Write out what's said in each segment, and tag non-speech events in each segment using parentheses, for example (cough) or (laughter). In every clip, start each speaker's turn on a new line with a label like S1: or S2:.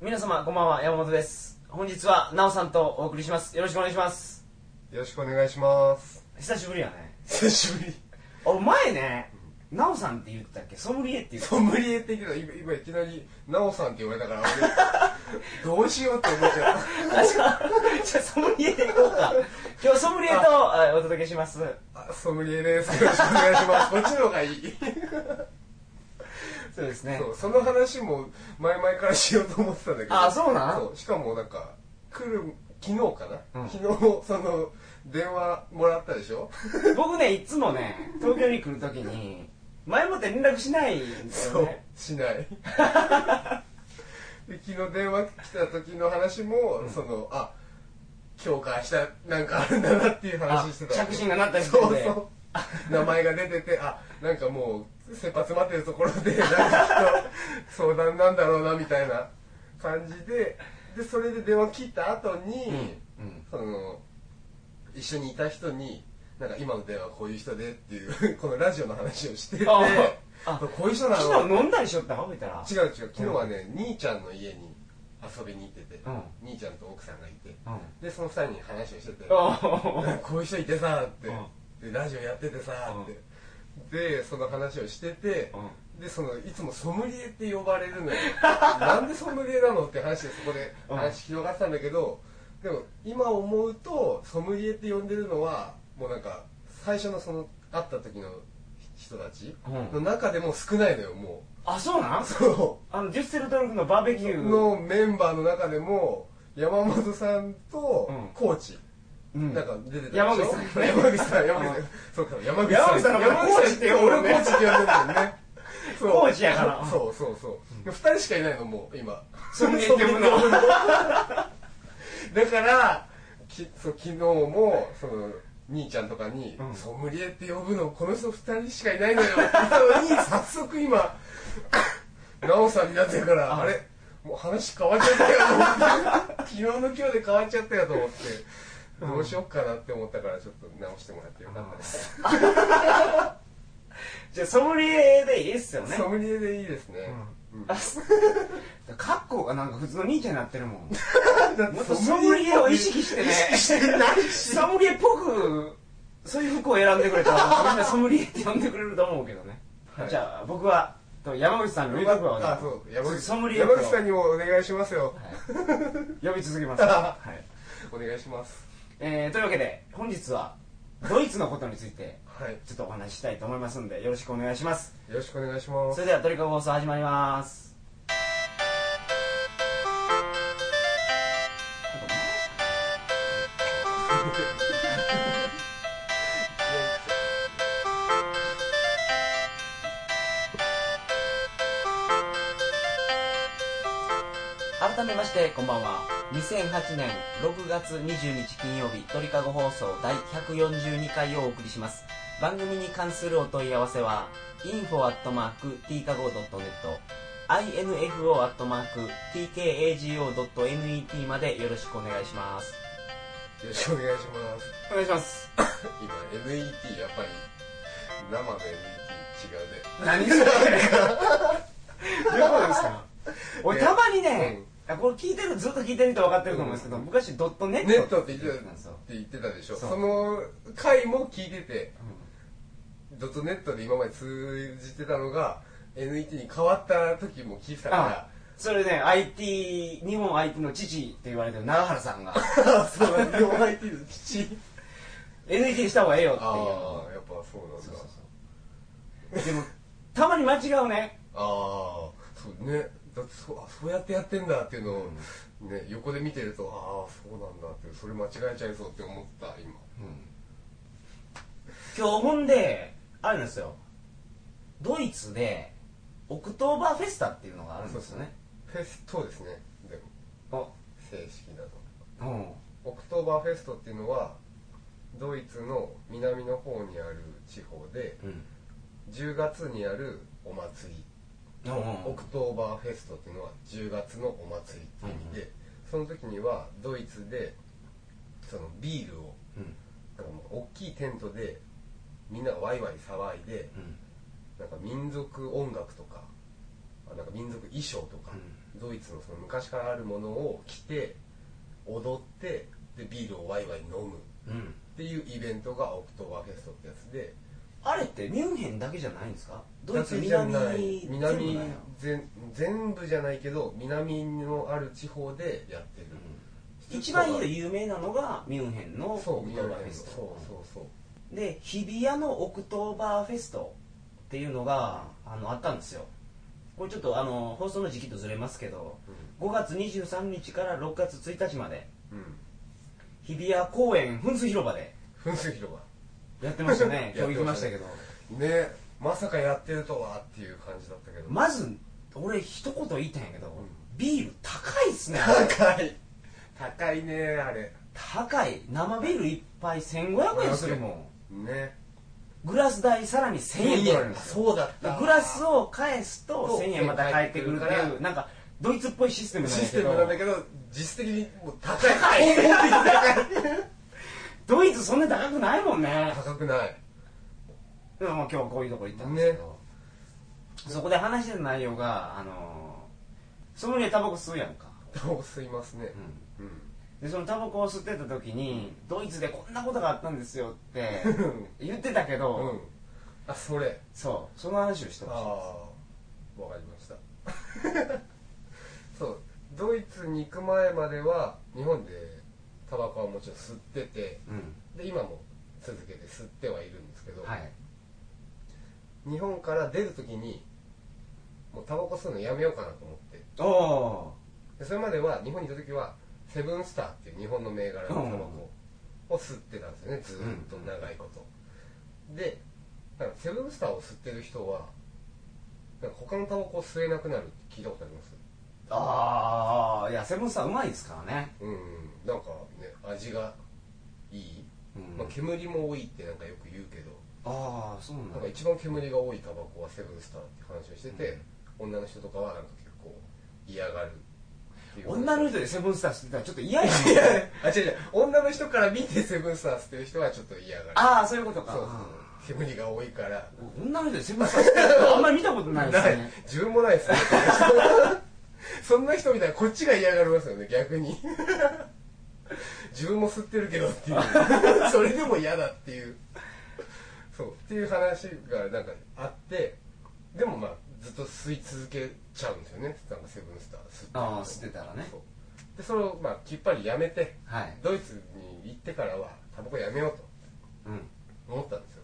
S1: 皆様こんばんは山本です本日はなおさんとお送りしますよろしくお願いします
S2: よろしくお願いします
S1: 久しぶりやね
S2: 久しぶり
S1: 俺前ねなおさんって言ってたっけソムリエって言って
S2: ソムリエって言うけど今今いきなり「なおさん」って言われたから俺
S1: (laughs)
S2: どうしようって思っちゃった
S1: 確かじゃあソムリエでいこう (laughs) か今日ソムリエとあお届けします
S2: たあソムリエですよろしくお願いしますこっちの方がいい
S1: そうですね
S2: そうその話も前々からしようと思ってたんだけど
S1: あそうなん
S2: そうしかもなんか来る昨日かな、
S1: うん
S2: 昨日その電話もらったでしょ
S1: 僕ねいつもね東京に来るときに前もって連絡しないんです
S2: そ
S1: よ
S2: う
S1: ね
S2: し
S1: (laughs)
S2: ないで昨日電話来た時の話も、そのあ今日か明日なんかあるんだなっていう話してた
S1: あ着信が鳴ったり
S2: り
S1: し
S2: してて
S1: て
S2: そうそう名前が出ててあなんかもう切羽詰まってるところでなんかきっと相談なんだろうなみたいな感じででそれで電話切った後に、
S1: うんうん
S2: その一緒にいた人になんか今の電話こういう人でっていう (laughs) このラジオの話をしてて
S1: あ
S2: こ
S1: あ
S2: ういう人な
S1: 昨
S2: の
S1: 日飲んだりしよったほうたら
S2: 違う違う昨日はね、兄ちゃんの家に遊びに行ってて、
S1: うん
S2: 兄ちゃんと奥さんがいて
S1: うん
S2: でその二人に話をしてて、
S1: あ
S2: こういう人いてさって、
S1: う
S2: でラジオやっててさって、でその話をしてて、でそのいつもソムリエって呼ばれるのよ
S1: (laughs)
S2: なんでソムリエなのって話でそこで
S1: うん
S2: 話広がってたんだけど、でも今思うとソムリエって呼んでるのはもうなんか最初のその会った時の人たちの中でも少ないのよも
S1: (laughs) あそうなん
S2: うそ
S1: あのデュッセルドルフのバーベキュ
S2: う
S1: ー
S2: (laughs) のメンバーの中でも山本さんと
S1: うん
S2: コーチ、
S1: うん
S2: なんか出てたでしょ
S1: 山口さんね
S2: 山口さん山
S1: う
S2: 口さ
S1: ん
S2: んそうか山口
S1: 山口さんのこと
S2: 山口
S1: コーチって呼ぶの
S2: 俺コ
S1: ね
S2: ーチって呼んでるんだよねそう
S1: コーチやから
S2: そうそうそうで二人しかいないのもう今
S1: ソムリエって呼ぶの
S2: ソムリエって呼ぶのだからきそう昨日もその兄ちゃんとかに、
S1: うん
S2: ソムリエって呼ぶのこの人二人しかいないのよって言ったのに早速今ナオさんになってるから
S1: あ
S2: あれもう話変わっちゃったよ昨日の今日で変わっちゃったよと思ってどうしよっかなって思ったからちょっと直してもらってよかったです、
S1: じゃあソムリエでいいっすよね
S2: ソムリエでいいですね、うん
S1: あすカッコがなんか普通の兄ちゃんになってるもんもっとソ
S2: ソ
S1: ム
S2: ム
S1: リ
S2: リ
S1: エ
S2: エ
S1: を
S2: を
S1: 意
S2: 意
S1: 識
S2: 識
S1: してね
S2: してないし
S1: ソムリエっぽくそういう服を選んでくれたらみんなソムリエって呼んでくれると思うけどね、
S2: はい
S1: じゃあ僕はと山口さんの僕は
S2: あそう山口
S1: ソムリエを
S2: 山口さんにもお願いしますよ、
S1: 呼び続け
S2: (laughs)
S1: ます、はい
S2: お願いします
S1: えーというわけで本日はドイツのことについて
S2: はい
S1: ちょっとお話ししたいと思いますんでよろしくお願いします
S2: よろしくお願いしま
S1: そ
S2: す
S1: れではトリカゴ放送始まります改めましてこんばんは2008年6月20日金曜日鳥かご放送第142回をお送りします番組に関するお問い合わせは info.tkago.net info.tkago.net までよろしくお願いします
S2: よろしくお願いします
S1: お願いします
S2: 今 NET やっぱり生の NET 違うね
S1: 何 (laughs) それどういうことですか俺
S2: ね
S1: たまにね、あこれ聞いてるずっと聞いてる人は分かってると思うんですけど、
S2: うん
S1: 昔ドットネット
S2: ネットって言ってた
S1: んですよ
S2: って言ってたでしょ
S1: そう
S2: その回も聞いててドットネットで今まで通じてたのが NET に変わった時も聞いてた
S1: あ
S2: か
S1: それね IT 日本 IT の父って言われてる永原さん (laughs) が
S2: ら (laughs) そうだね NET の父
S1: NET にした方がええよっていう
S2: ああやっぱそうなんだ
S1: そうそうそうでもたまに間違うね
S2: ああそうねだってそうあそうやってやってんだっていうのを、ね、横で見てるとああそうなんだってそれ間違えちゃいそうって思った今
S1: 今日ほんであれなんですよドイツでオクトーバーフェスタっていうのがあるんですよね
S2: フェストですねでも
S1: あ
S2: 正式だと
S1: うん
S2: オクトーバーフェストっていうのはドイツの南の方にある地方で
S1: うん
S2: 10月にあるお祭り、オクトーバーフェストっていうのは10月のお祭りっていう意味で、その時にはドイツでそのビールを
S1: うん
S2: なんかもう大きいテントでみんながワイワイ騒いでなんか民族音楽とかあなんか民族衣装とか、
S1: う
S2: ドイツのその昔からあるものを着て踊ってでビールをワイワイ飲むっ
S1: うん
S2: ていうイベントがオクトーバーフェストってやつで
S1: あれってミュンヘンだけじゃないんですかドイツ
S2: だけじゃ
S1: 南
S2: ない
S1: 全部
S2: 南
S1: なんや
S2: 全全部じゃないけど南のある地方でやってる、
S1: うん一番有名なのがミュンヘンのオク
S2: そう
S1: ト
S2: ミュ
S1: ー
S2: ン
S1: バーフ
S2: ヘンの
S1: ェスト
S2: そうそうそう
S1: で日比谷のオクトーバーフェストっていうのがあのあったんですよこれちょっとあの放送の時期とずれますけど5月23日から6月1日まで
S2: うん、うん
S1: 日比谷公園噴水広場で
S2: 噴水広場
S1: やってました
S2: (laughs)
S1: ね
S2: や
S1: 今
S2: ってましたね
S1: 日行きましたけど
S2: ねまさかやってるとはっていう感じだったけど、
S1: まず俺一言言いたいんやけど、
S2: ん
S1: ビール高いっすねあれ
S2: 高い高いねあれ
S1: 高い生ビール一杯1500円するもん
S2: ね
S1: グラス代さらに1000円取られるんですよ
S2: そうだった
S1: グラスを返すと1000円また返ってくるって
S2: 返って
S1: い
S2: くる
S1: うなんかドイツっぽいシステムなん
S2: シ
S1: や
S2: ス
S1: け
S2: テムなんだ
S1: ど
S2: けど実質的にもう高い
S1: 高い
S2: 根本的に
S1: ドイツそんな高くないもんね
S2: 高い高くない
S1: でも今日こういうとこ行ったんですけど、そこで話してる内容があのー、その家タバコ吸うやんか、
S2: タバコ吸いますね
S1: うん
S2: うん、
S1: でそのタバコを吸ってた時にドイツでこんなことがあったんですよって
S2: (laughs)
S1: 言ってたけど、
S2: うん、あそれ
S1: そうその話をして
S2: あ
S1: ました
S2: あわかりました (laughs) そうドイツに行く前までは日本でタバコはもちろん吸ってて
S1: うん
S2: で今も続けて吸ってはいるんですけど、
S1: はい
S2: 日本から出るときにもうタバコ吸うのやめようかなと思って
S1: おお
S2: でそれまでは日本にいた時はセブンスターっていう日本の銘柄のタバコを吸ってたんですよねずーっと長いこと、でだからセブンスターを吸ってる人はなんか他のタバコを吸えなくなるって聞いたことあります
S1: ーああいやセブンスターうまいですからね、
S2: うんなんかね味がいい、
S1: うん
S2: まあ、煙も多いってなんかよく言うけど
S1: ああそうなん
S2: なん
S1: だ
S2: か一番煙が多いタバコはセブンスターって話をしてて、女の人とかはなんか結構嫌がるっていう
S1: 女の人でセブンスター吸ってたらちょっと嫌や
S2: いや
S1: ね
S2: あ違う違う女の人から見てセブンスター吸ってる人はちょっと嫌がる
S1: ああそういうことか
S2: そうそう煙が多いから
S1: うん女の人でセブンスター吸ってる (laughs) 人あんまり見たことないです
S2: ない
S1: ね
S2: 自分もないですね (laughs) そんな人みたいなこっちが嫌がりますよね逆に自分も吸ってるけどっていう (laughs) それでも嫌だっていうそうっていう話がなんかあってでもまあずっと吸い続けちゃうんですよねなんかセブンスター吸ってると
S1: ああ吸ってたらね
S2: そうでそれをまあきっぱりやめて
S1: はい
S2: ドイツに行ってからはタバコやめようと
S1: うん
S2: 思ったんですよ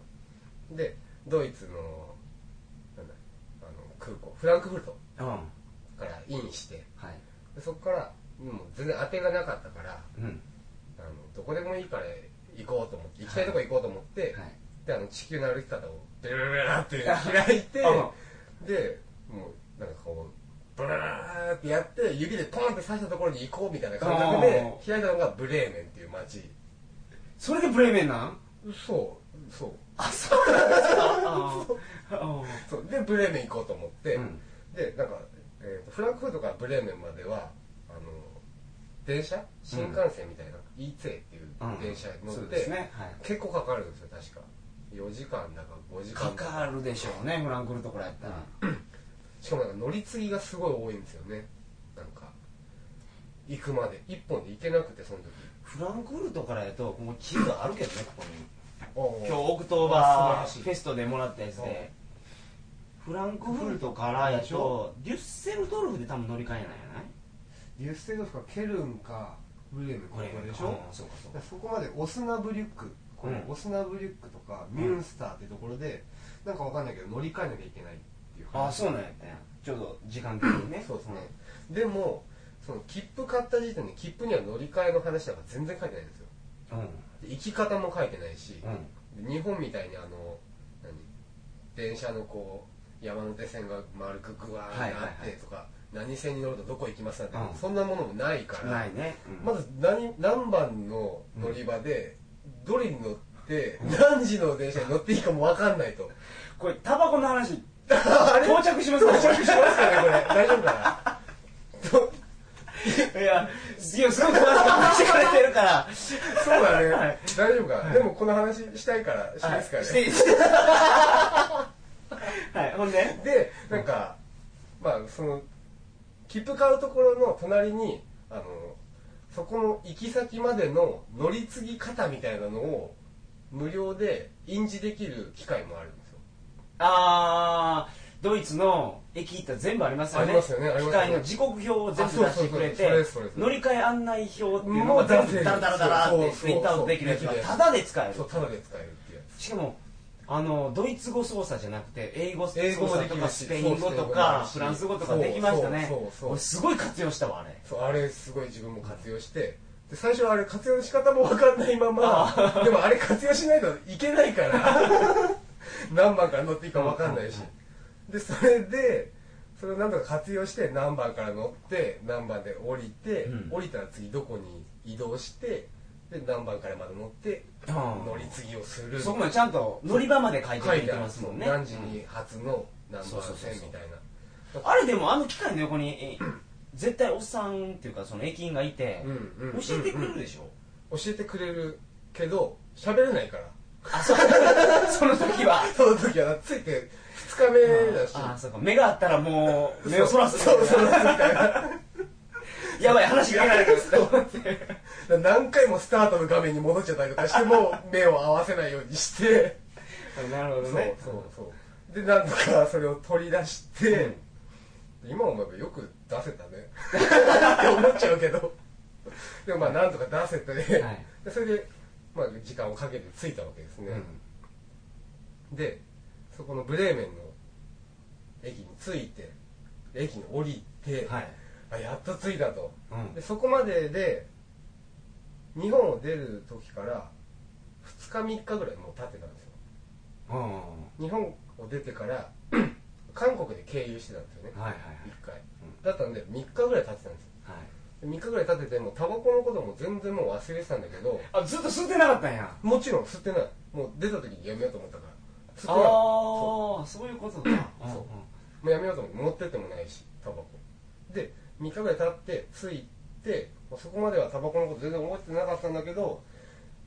S2: でドイツのなんだあの空港フランクフルト
S1: うんは
S2: からインして
S1: い
S2: でそこからもう全然当てがなかったから
S1: うん
S2: あのどこでもいいから行こうと思って行きたいとこ行こうと思って、
S1: はい
S2: であの地球の歩き方をベラベラベラって開いてでもうなんかこうブラーってやって指でポンって刺したところに行こうみたいな感覚で開いたのがブレーメンっていう街
S1: それでブレーメンなん
S2: そうそう
S1: あそうなんですかあ (laughs) ーあ
S2: そうでブレーメン行こうと思って、
S1: ーうん
S2: でなんか、えーとフランクフルトからブレーメンまではあの電車新幹線みたいな、e t っていう
S1: うん
S2: 電車に乗っ
S1: そう
S2: て、
S1: ですねはい
S2: 結構かかるんですよ確か4時間だか5時
S1: か
S2: 間だ
S1: かるでしょうねフランクフルトからやったら
S2: しかもなんか乗り継ぎがすごい多いんですよねなんか行くまで1本で行けなくてその時
S1: フランクフルトからやともう地図あるけどねここに
S2: 今
S1: 今日オクトーバーフェストでもらったやつ
S2: うん
S1: でフランクフルトからや
S2: でしょ
S1: とデュッセルドルフで多分乗り換えなんやない
S2: デュッセルドルフかケルンかブレーメン
S1: これ
S2: でしょ
S1: そうかそう
S2: だ
S1: か
S2: からそこまでオスナブリュックこの
S1: うん
S2: オスナブリュックとか
S1: ん
S2: ミュンスターってところで、なんかわかんないけど乗り換えなきゃいけないっていう
S1: あ
S2: 話
S1: あそうなんやったんやちょうど時間的にね
S2: そうですね、でもその切符買った時点で切符には乗り換えの話なんか全然書いてないんですよ
S1: うんうん
S2: で行き方も書いてないし、
S1: うん
S2: で日本みたいにあの何電車のこう山手線が丸くグワーンってあ
S1: はいはい
S2: っ
S1: は
S2: てとか、何線に乗るとどこ行きますなんて、
S1: うん
S2: そんなものもないから
S1: ないねうん
S2: まず何何番の乗り場で、どれに乗って、何時の電車に乗っていいかも分かんないと
S1: これタバコの話
S2: あれ
S1: 到着します到着
S2: しますかねこれ大丈夫かなと
S1: いやすごいすごい詳しく話してくれてる (laughs) から
S2: そうだね、
S1: はい
S2: 大丈夫か、でもこの話したいからしますからね、
S1: はいして (laughs) はいほんで
S2: でなんか、まあその切符買うところの隣にあのそこの行き先までの乗り継ぎ方みたいなのを無料で印字できる機会もあるんですよ
S1: あードイツの駅行ったら全部ありますよね
S2: ありますよねあり
S1: 機
S2: ますよね
S1: 械の時刻表を全部出してくれ
S2: あ
S1: て
S2: そうそうそうそれそれそれ
S1: 乗り換え案内表っていうの
S2: も
S1: が
S2: う出せる
S1: 全部ダラダラダラってプリントアウトできるやつが
S2: そうそうそう
S1: タダで使える
S2: そうタダで使えるっていうやつ
S1: しかもあのドイツ語操作じゃなくて英語操
S2: 英語も
S1: 作
S2: で
S1: と
S2: きるし
S1: かスペイン語と
S2: そう
S1: か
S2: ス
S1: フ
S2: ペイ
S1: ラ
S2: ン語もできる
S1: ン
S2: し
S1: ス語とかできましたね
S2: そうそうそう
S1: 俺すごい活用したわあれ
S2: そうあれすごい自分も活用してで最初はあれ活用の仕方も分かんないままでもあれ活用しないといけないから
S1: (laughs)
S2: 何番から乗っていいか分かんないしでそれでそれを何とか活用して何番から乗って何番で降りて、
S1: うん
S2: 降りたら次どこに移動してで何番からまで乗って
S1: うん
S2: 乗り継ぎをする
S1: そこまでちゃんと乗り場まで書いてく
S2: 書
S1: れ
S2: い
S1: て
S2: てあるん
S1: ま
S2: ですす
S1: も
S2: も
S1: ん
S2: ん
S1: ね
S2: ね何時に発の何
S1: そう
S2: 番
S1: そうそう
S2: 線
S1: そう
S2: みたいな
S1: あれでもあの機械の横にえ絶対おっさんっていうかその駅員がいて、
S2: うんうんうん
S1: 教えてくれるでしょ、
S2: 教えてくれるけど喋れないから
S1: あそう (laughs) その時は
S2: その時はついて2日目だし
S1: ああそうか目があったらもう目をそらす
S2: そうそうそう
S1: (laughs) やばい話がないですって思って
S2: 何回もスタートの画面に戻っちゃったりとかしても目を合わせないようにして
S1: なるほ
S2: そ
S1: ど
S2: う
S1: ね
S2: そうそうでなんとかそれを取り出して、今思えばよく出せたねって思っちゃうけどでもまあなんとか出せて、
S1: はい
S2: でそれで、まあ、時間をかけて着いたわけですね、でそこのブレーメンの駅に着いて駅に降りて、
S1: はい
S2: あやっと着いたと、
S1: うん
S2: でそこまでで日本を出る時から2日3日ぐらいもう経ってたんですよ
S1: うんうんうん
S2: 日本を出てから (clears throat) 韓国で経由してたんですよね
S1: はいはいはい
S2: 1回
S1: う
S2: だったんで3日ぐらい経ってたんですよ
S1: はい
S2: で3日ぐらい経っててもうタバコのことも全然もう忘れてたんだけど
S1: あずっと吸ってなかったんや
S2: もちろん吸ってないもう出た時にやめようと思ったから吸って
S1: あ
S2: な
S1: あ
S2: い
S1: ーそういうことだ
S2: そ
S1: う
S2: う
S1: んうん
S2: もうやめようと思って持ってってもないしタバコで3日ぐらい経って着いてもうそこまではタバコのこと全然覚えてなかったんだけど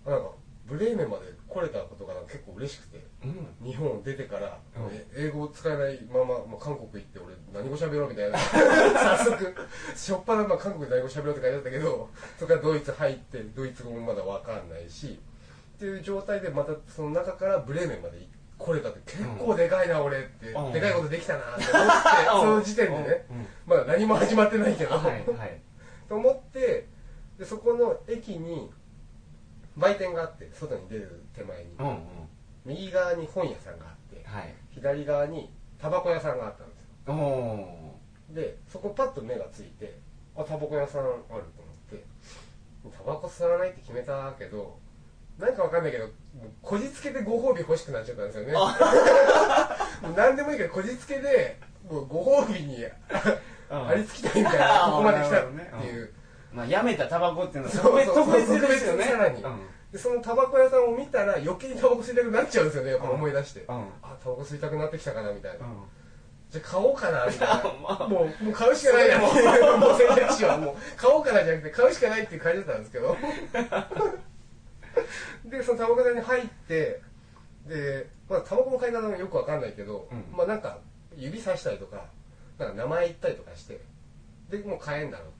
S2: なんかブレーメンまで来れたことがなんか結構嬉しくて
S1: うん
S2: 日本を出てから、
S1: うん
S2: もう英語を使えないままもう韓国行って俺何語喋ろうみ
S1: (laughs)
S2: たいな早速しょっぱなまあ韓国で何語喋ろうって書いてあったけどそれからドイツ入ってドイツ語もまだ分かんないしっていう状態でまたその中からブレーメンまで来れたって結構でかいな俺って、
S1: うん
S2: でかいことできたなって思って
S1: あ
S2: その時点でね、まだ何も始まってないけ
S1: うん
S2: ど、
S1: うんはいはい
S2: と思ってでそこの駅に売店があって外に出る手前に、
S1: うんうん
S2: 右側に本屋さんがあって
S1: はい
S2: 左側にタバコ屋さんがあったんです
S1: お
S2: よ
S1: お
S2: でそこパッと目がついてあタバコ屋さんあると思ってタバコ吸わないって決めたけどなんかわかんないけどもうこじつけでご褒美欲しくなっちゃったんです
S1: (laughs)
S2: よねもう何でもいいけどこじつけでもうご褒美にありつきたいみたいな
S1: あー
S2: ここまで来たって
S1: なるほどね
S2: いうう
S1: まあやめたタバコっていうのは
S2: そ
S1: 特
S2: う
S1: 別
S2: そうそう
S1: 特別ですよね
S2: 特別さらに
S1: うん
S2: でそのタバコ屋さんを見たら余計にタバコ吸いたくなっちゃうんですよねやっぱ思い出して
S1: うんうん
S2: あタバコ吸いたくなってきたかなみたいな
S1: うん
S2: じゃあ買おうかなみたい
S1: (laughs) まあ
S2: なもうもう買うしかないなっていう (laughs) もう選択肢はもう買おうかなじゃなくて買うしかないっていう感じだったんです
S1: (laughs)
S2: けどでそのタバコ屋に入ってでまあタバコの買い方もよくわかんないけど、
S1: うん
S2: まあなんか指さしたりとかなんか名前言ったりとかしてでもう買えんだろうっ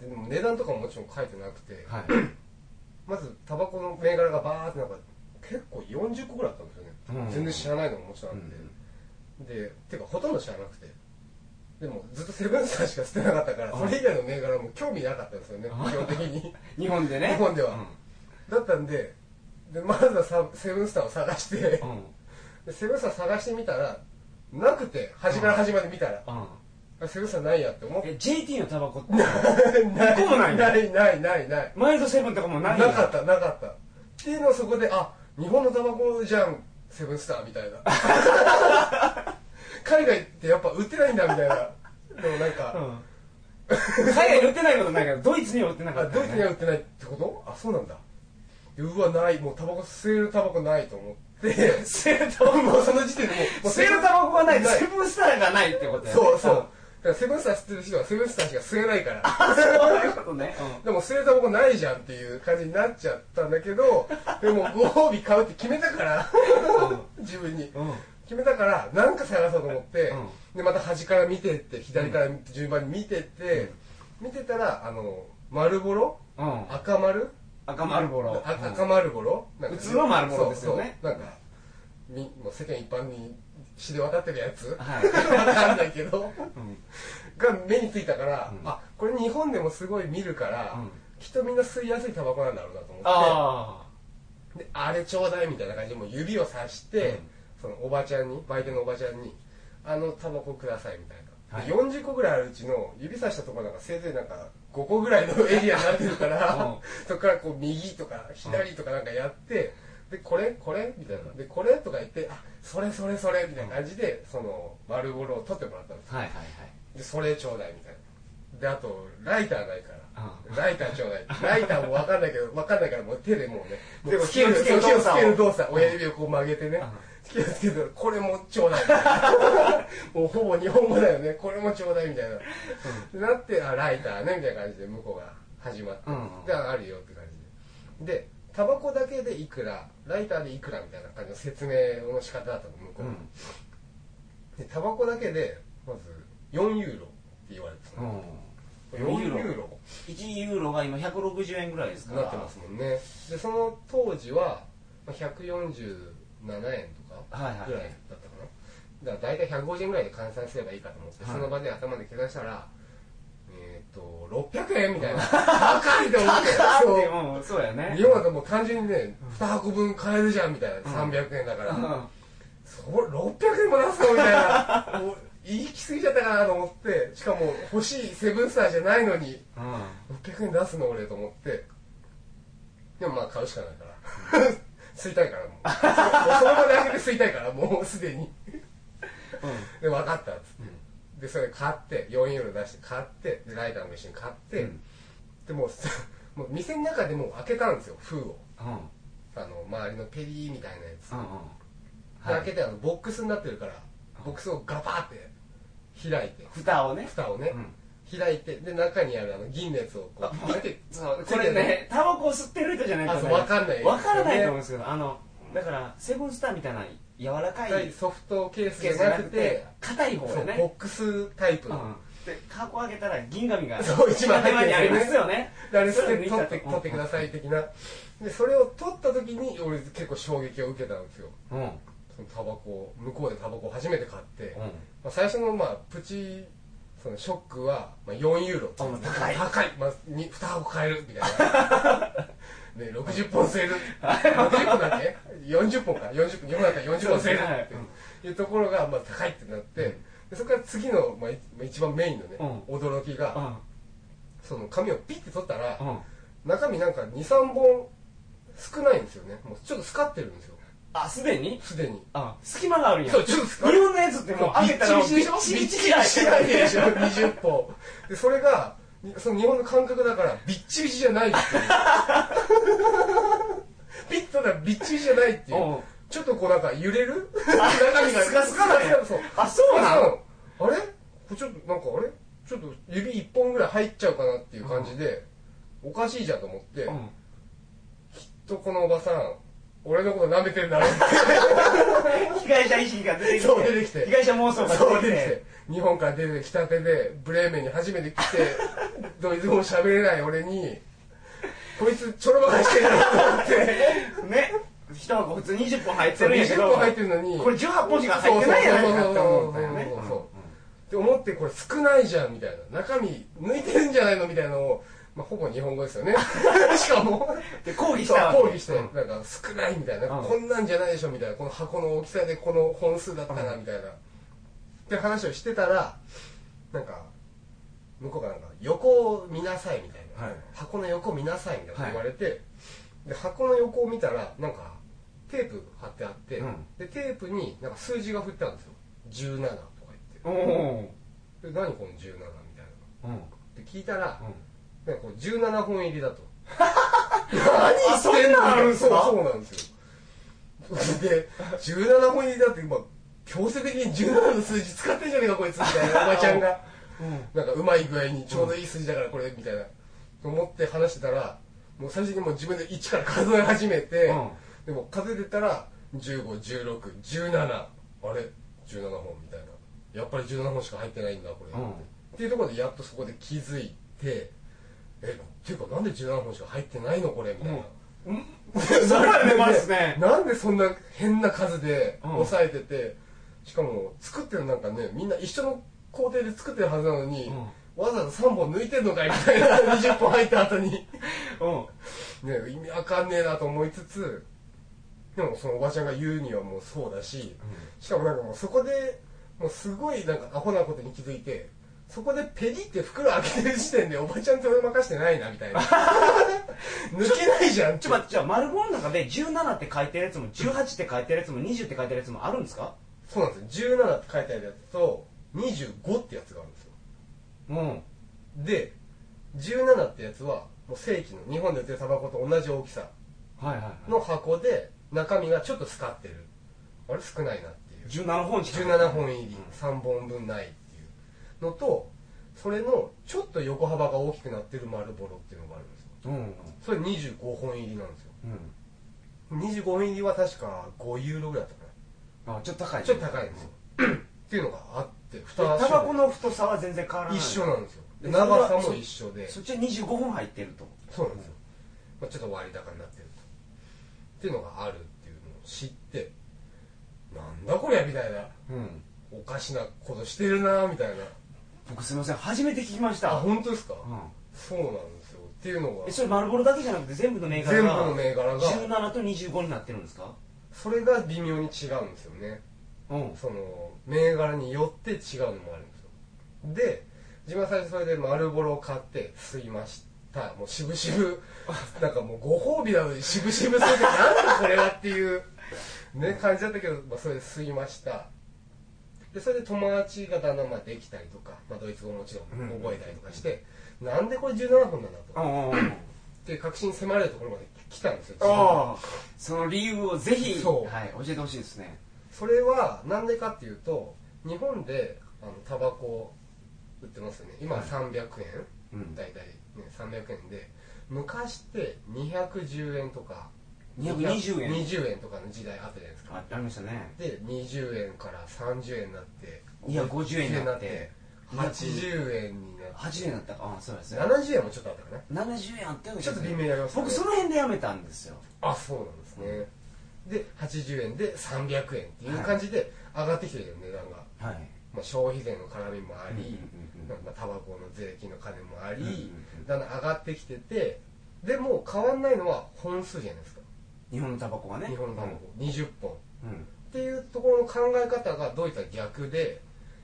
S2: ていう、でも値段とかももちろん書いてなくて、
S1: はい
S2: まずタバコの銘柄がバーってなんか結構40個ぐらいあったんですよね、
S1: うん
S2: 全然知らないのももちろんあって、でてかほとんど知らなくてでもずっとセブンスターしか捨てなかったから
S1: うん
S2: それ以外の銘柄も興味なかったんですよね
S1: あ
S2: 基本的に
S1: 日本でね
S2: 日本では
S1: うん
S2: だったんででまずはさセブンスターを探して
S1: うん
S2: でセブンスター探してみたらなくて端から端まで見たら、
S1: うん
S2: あセブンスターないやって思って
S1: え JT のタバコって
S2: な
S1: 一個もないの
S2: (laughs) ないないないない
S1: マイルドセブンとかもないんや
S2: なかったなかったっていうのをそこであ日本のタバコじゃんセブンスターみたいな (laughs) 海外ってやっぱ売ってないんだみたいなでもなんか、
S1: うん海外に売ってないことないけどドイツには売ってなか
S2: あ
S1: った
S2: ド
S1: よ
S2: イ
S1: ね
S2: ツには売ってないってことあそうなんだうわないもうタバコ吸えるタバコないと思って (laughs)
S1: セールタバコ
S2: もうその時点でもうもう
S1: セールタバコがない
S2: ない
S1: セブンスターがないってことやね
S2: そうそうだからセブンスター吸ってる人はセブンスターしか吸えないから
S1: あそういうことねうん
S2: でも吸えるタバコないじゃんっていう感じになっちゃったんだけどでもご褒美買うって決めたから自分に、
S1: うん
S2: 決めたからなんか探そうと思って、
S1: うん
S2: でまた端から見てって左から順番に見てって、見てたらあの丸ボロ
S1: うん
S2: 赤丸
S1: 赤丸ボロ
S2: あ赤丸ボロなんか
S1: 普通の丸ボロですよね
S2: そうそうなんかみもう世間一般に知れ渡ってるやつ、
S1: はい
S2: わかんないけど
S1: うん
S2: が目についたから、
S1: うん
S2: あこれ日本でもすごい見るから、
S1: うん
S2: きっとみんな吸いやすいタバコなんだろうなと思って
S1: あ
S2: であれちょうだいみたいな感じでもう指をさして、そのおばちゃんに売店のおばちゃんに「あのタバコください」みたいな、で40個ぐらいあるうちの指さしたところなんかせいぜいなんか5個ぐらいのエリアになってるから、
S1: うん
S2: そこからこう右とか左とかなんかやって、でこれこれみたいなでこれとか言って「あそれそれそれ」みたいな感じで、その丸ボロを取ってもらったんです
S1: あはいはい
S2: でそれちょうだいみたいなであとライターないか
S1: あ
S2: らライターちょう
S1: (laughs)
S2: だいライターも分かんないけど分かんないからもう手でもうね
S1: でも
S2: つける
S1: つける
S2: そう
S1: 動作を
S2: つける動作親指をこう曲げてね
S1: あ
S2: 気をつけてこれもちょうだいみたいな
S1: (laughs)
S2: もうほぼ日本語だよねこれもちょうだいみたいな、でなってあライターねみたいな感じで向こうが始まって、
S1: うん
S2: であるよって感じででタバコだけでいくらライターでいくらみたいな感じの説明の仕方だったの向こう
S1: はい
S2: は、でタバコだけでまず4ユーロって言われてた
S1: う
S2: の、
S1: ん
S2: 4ユーロ
S1: 1ユーロが今160円ぐらいですから
S2: なってますもんねでその当時はまあ147円とか
S1: はいはい
S2: ぐらいだったかな、だから大体150円ぐらいで換算すればいいかと思って、
S1: はい
S2: その場で頭で計算したらえっ、と600円みたいな高いと思ってそう
S1: そううんそうやね
S2: 日本だともう単純にね2箱分買えるじゃんみたいな、300円だから、
S1: うん
S2: それ600円も出すのみたいなもう言いき過ぎちゃったかなと思ってしかも欲しいセブンスターじゃないのに
S1: うん
S2: 600円出すの俺と思ってでもまあ買うしかないから吸いたいからもうその場で開けて吸いたいからもうすでにで分かったっつって、でそれ買って4ユーロ出して買ってでライターも一緒に買って、
S1: うん
S2: でもう (laughs) もう店の中でもう開けたんですよ封を
S1: うん
S2: あの周りのペリーみたいなやつ
S1: うんうん
S2: で
S1: は
S2: 開
S1: い
S2: けてあのボックスになってるからボックスをガパーって開いて
S1: 蓋をね
S2: 蓋をね、
S1: うん
S2: 開いてで中にあるあの銀のやつをこ
S1: あ
S2: うピッて
S1: そうこれねタバコを吸ってる人じゃないと
S2: あそうわかんないですよね
S1: わからないと思うんですけどあのだからセブンスターみたいな柔らかい
S2: ソフトケース
S1: ケ
S2: じ
S1: ースじ
S2: ゃ
S1: ゃ
S2: な
S1: な
S2: く
S1: く
S2: て
S1: て硬い方
S2: そう
S1: やね
S2: ボックスタイプ
S1: う
S2: の、
S1: んで箱開けたら銀紙が
S2: そう一枚
S1: 手
S2: 入って
S1: 前
S2: る
S1: にありますよね
S2: であれ捨
S1: そ
S2: て
S1: れ
S2: 取
S1: 見
S2: ったて
S1: と
S2: 取ってください的なでそれを取った時に俺結構衝撃を受けたんですよ
S1: うんうん
S2: そのタバコを向こうでタバコを初めて買って、まあ、最初のまあプチそのショックは、まあ、4ユーロってう
S1: あ高い
S2: 高い、まあ、に2箱買えるみたい
S1: (laughs)
S2: なね60本吸える60本だっけ40本か40本世の中40本吸える
S1: はい
S2: っていうところがまあ高いってなって、でそこから次の、まあ、いまあ一番メインのね、
S1: う
S2: 驚きが、
S1: う
S2: その紙をピッて取ったら、
S1: んうん
S2: 中身なんか23本少ないんですよねもうちょっとスカってるんですよ
S1: あすでに
S2: すでに
S1: あ隙間があるんや
S2: そうちょっとスカ
S1: 日本のやつってもう開けたらもう
S2: ビッチ
S1: ビ
S2: ビッ
S1: ッ
S2: チ
S1: チ
S2: ビ
S1: ビ
S2: チ
S1: チ
S2: し
S1: し
S2: な
S1: ないい
S2: でしょ20本でそれがにその日本の感覚だからビッチビチじゃないっ
S1: (laughs)
S2: ていうピッとだビッチビチじゃないっていう
S1: うん
S2: ちょっとこうなんか揺れる中身が
S1: スカスカだね
S2: そう
S1: あそうなの
S2: あれこれちょっとなんかあれちょっと指1本ぐらい入っちゃうかなっていう感じで、おかしいじゃんと思って、
S1: う
S2: きっ
S1: ん
S2: とこのおばさん俺のこと舐めてるんだろうって
S1: 被害者意識が出てきて
S2: そう出てきて
S1: 被害者妄想
S2: そ
S1: が
S2: う
S1: 出てき
S2: で
S1: て
S2: す日本から出てきたてでブレーメンに初めて来てドイツ語も喋れない俺にこいつちょろまかしてるなと思って
S1: ね一箱普通20本入ってるんやけど
S2: 20本入ってるのに
S1: これ18本しか入ってないやないかって思ったよね
S2: そうそうそうそうそ
S1: う
S2: う
S1: ん
S2: って思ってこれ少ないじゃんみたいな中身抜いてるんじゃないのみたいなのを、まあ、ほぼ日本語ですよねしかも
S1: で抗議し
S2: そう
S1: たわけ
S2: 抗議して、
S1: うん
S2: なんか少ないみたいな、
S1: うん
S2: こんなんじゃないでしょみたいなこの箱の大きさでこの本数だったらみたいな、って話をしてたらなんか向こうがなんか横を見なさいみたいな、
S1: はい
S2: 箱の横見なさいみたいな
S1: はい
S2: 言われて、で箱の横を見たらなんかテープ貼ってあって、
S1: うん
S2: でテープになんか数字が振ってあるんですよ17とか
S1: お
S2: 言って、
S1: お
S2: で何この17みたいな
S1: うんうん
S2: って聞いたら、なんかこう17本入り
S1: (laughs)
S2: だと何
S1: あそんなんあるんすか
S2: そうそうなんですよで17本入りだって今強制的に17の数字使ってんじゃねえかこいつみたいなおばちゃんがなんかうまい具合にちょうどいい数字だからこれみたいなと思って話してたらもう最初にもう自分で1から数え始めて、
S1: うん
S2: でも数えてたら151617あれ17本みたいなやっぱり17本しか入ってないんだこれ、
S1: うん
S2: っていうところでやっとそこで気づいてえっていうかなんで17本しか入ってないのこれみたいな、
S1: (laughs) そうやねまずね
S2: (laughs) なんでそんな変な数で
S1: うん
S2: 抑えてて、しかも作ってるなんかねみんな一緒の工程で作ってるはずなのに、
S1: うん
S2: わざわざ3本抜いてんのかいみた
S1: (laughs)
S2: いな20本入った後に
S1: うん
S2: ね意味わかんねえなと思いつつでもそのおばちゃんが言うにはもうそうだし、しかもなんかもうそこでもうすごいなんかアホなことに気づいてそこでペリって袋開けてる時点でおばちゃん手を任してないなみた
S1: (laughs)
S2: いな (laughs) 抜けないじゃん
S1: ちょっと待ってじゃあ丸五の中で17って書いてるやつも18って書いてるやつも20って書いてるやつもあるんですか
S2: そうなんですよ17って書いてあるやつと25ってやつがあるんですよ
S1: うん
S2: で17ってやつはもう正規の日本で売ってるタバコと同じ大きさ
S1: はいはいはい
S2: の箱で中身がちょっと使ってるあれ少ないなっていう
S1: 17本しか
S2: 17本入り3本分ないっていうのとそれのちょっと横幅が大きくなってる丸ボロっていうのがあるんですよ
S1: うんうん
S2: それ25本入りなんですよ
S1: うん
S2: 25本入りは確か5ユーロぐらいだったか
S1: あちょっと高い
S2: な
S1: ね
S2: ちょっと高いんですよ (clears throat) っていうのがあって2
S1: でタバコの太さは全然変わらない
S2: 一緒なんですよ
S1: で
S2: 長さも一緒で
S1: そっちは25本入ってると
S2: そうなんですよ、まあ、ちょっと割高になってるとっていうのがあるっていうのを知ってなんだこりゃみたいな
S1: うん
S2: おかしなことしてるなみたいな
S1: 僕すいません初めて聞きまし
S2: あ
S1: た
S2: 本当ですか、
S1: うん
S2: そうなんですよっていうのが
S1: えそれ丸ボロだけじゃなくて全部の銘柄
S2: 全部
S1: が
S2: の銘柄が
S1: 17と25になってるんですか
S2: それが微妙に違うんですよね
S1: うん
S2: その銘柄によって違うのもあるんですよで自分は最初それで丸ボロを買って吸いましたもう渋々 (laughs) なんかもうご褒美なのに渋々吸うてなんだこれはっていうね感じだったけど、まあ、それで吸いましたでそれで友達がだんだんまあできたりとか、まあ、ドイツ語もちろん覚えたりとかして、なんでこれ17本なんだと、
S1: う
S2: っ
S1: んうんうん
S2: ていう確信に迫れるところまで来たんですよ自分が
S1: ああその理由をぜひ
S2: そう
S1: はい、教えてほしいですね
S2: それはなんでかっていうと日本であのタバコ売ってますよね今
S1: はい
S2: 300円、
S1: うん
S2: 大体、ね、300円で昔って210円とか
S1: 220円
S2: 20円とかの時代あったじゃないですか
S1: あありましたね
S2: で20円から30円になって
S1: 250円になって
S2: 80円になって
S1: 80円だったかあそうですね
S2: 70円もちょっとあったかな
S1: 70円あったよね
S2: ちょっと微妙になりますね
S1: 僕その辺でやめたんですよ
S2: あそうなんですねで80円で300円っていう感じで上がってきてるよ値段が
S1: はい
S2: まあ、消費税の絡みもあ
S1: うんうんう
S2: り
S1: んうん、
S2: なんかタバコの税金の金もあり、
S1: うんうんうん
S2: だんだん上がってきてて、でも変わんないのは本数じゃないですか、
S1: 日本のタバコはね
S2: 日本のタバコ、20本。っ
S1: うん
S2: ていうところの考え方がドイツは逆で、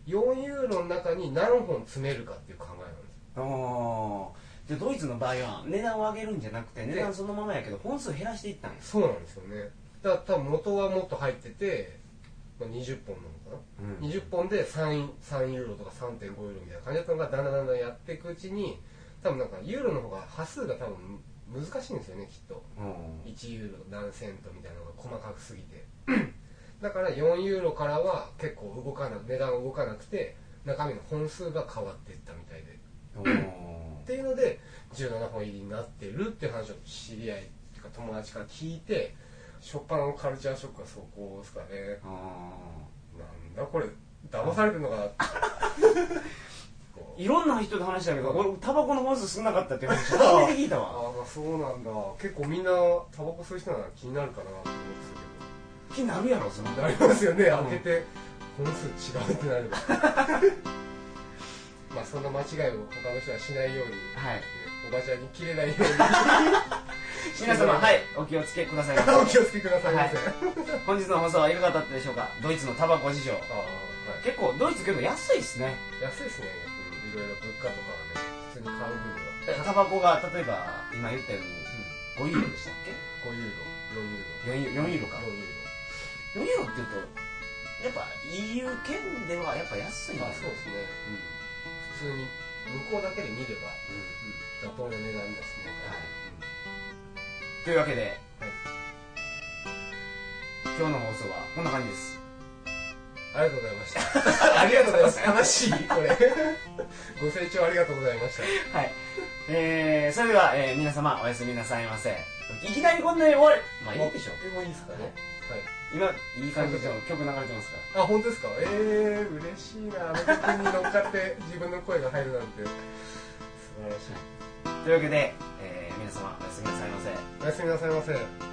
S2: 4ユーロの中に何本詰めるかっていう考えなんですよ。
S1: ああじゃあドイツの場合は値段を上げるんじゃなくて
S2: で
S1: 値段そのままやけど本数減らしていったんです
S2: そうなんですよね。だから多分元はもっと入ってて、まあ、20本なのかな、
S1: うん
S2: 20本で 3, 3ユーロとか3.5ユーロみたいな感じだったのがだんだんだんだんやっていくうちに多分なんかユーロの方が端数が多分難しいんですよねきっと
S1: うん
S2: 1ユーロ何セントみたいなのが細かくすぎて (clears throat) だから4ユーロからは結構動かな値段動かなくて中身の本数が変わっていったみたいでっ
S1: うん
S2: ていうので17本入りになってるっていう話を知り合いっていうか友達から聞いて初っ端のカルチャーショックはそこですかね
S1: あ
S2: なんだこれ騙されてん
S1: (laughs)
S2: のかなってこ
S1: ー
S2: う
S1: いろんな人と話したけど俺タバコの本数少なかったっていう話初めて聞いた
S2: あ
S1: わ
S2: あそうなんだ結構みんなタバコ吸う人なら気になるかなと思ってたけど
S1: 気になるやろその
S2: なりますよね、
S1: うん
S2: 開けて本数違うってなれば (laughs) まあそんな間違いを他の人はしないように
S1: はい
S2: おばちゃんに切れないように
S1: (laughs) 皆様はいお気をつけください
S2: お気をつけくださいませ、
S1: は
S2: あ
S1: 本日の放送はいかがだったでしょうかドイツのタバコ事情
S2: あは
S1: 結構ドイツ結構安いですね
S2: い安いですね、うん、いろいろ物価とかはね普通に買う分には
S1: タバコが例えば今言ったように5ユーロでしたっ
S2: 5ユーロ4ユ
S1: け 4, ユーロ4ユーロ
S2: ー
S1: か
S2: ロ4ユー
S1: 4ユーロっていうとやっぱ EU 圏ではやっぱ安いん
S2: ロ
S1: だ
S2: まあそうですね普通に向こうだけで見れば
S1: うんうん
S2: 妥当な値段ですね
S1: はいというわけで、
S2: はい
S1: 今日の放送はこんな感じです
S2: ありがとうございました。ありがとうございます。悲しい、これ。ご清聴ありがとうございました。
S1: はい、 (laughs) えー、それでは、えー皆様おやすみなさいませいきなりこんなに終わるまあいいでしょ
S2: もういいですかね。はい。
S1: い今いい感じで曲流れてますから
S2: あ本当ですかええー、嬉しいなあの曲に乗っかって自分の声が入るなんて素晴らしい
S1: というわけで、えー皆様おやすみなさいませ
S2: おやすみなさいませ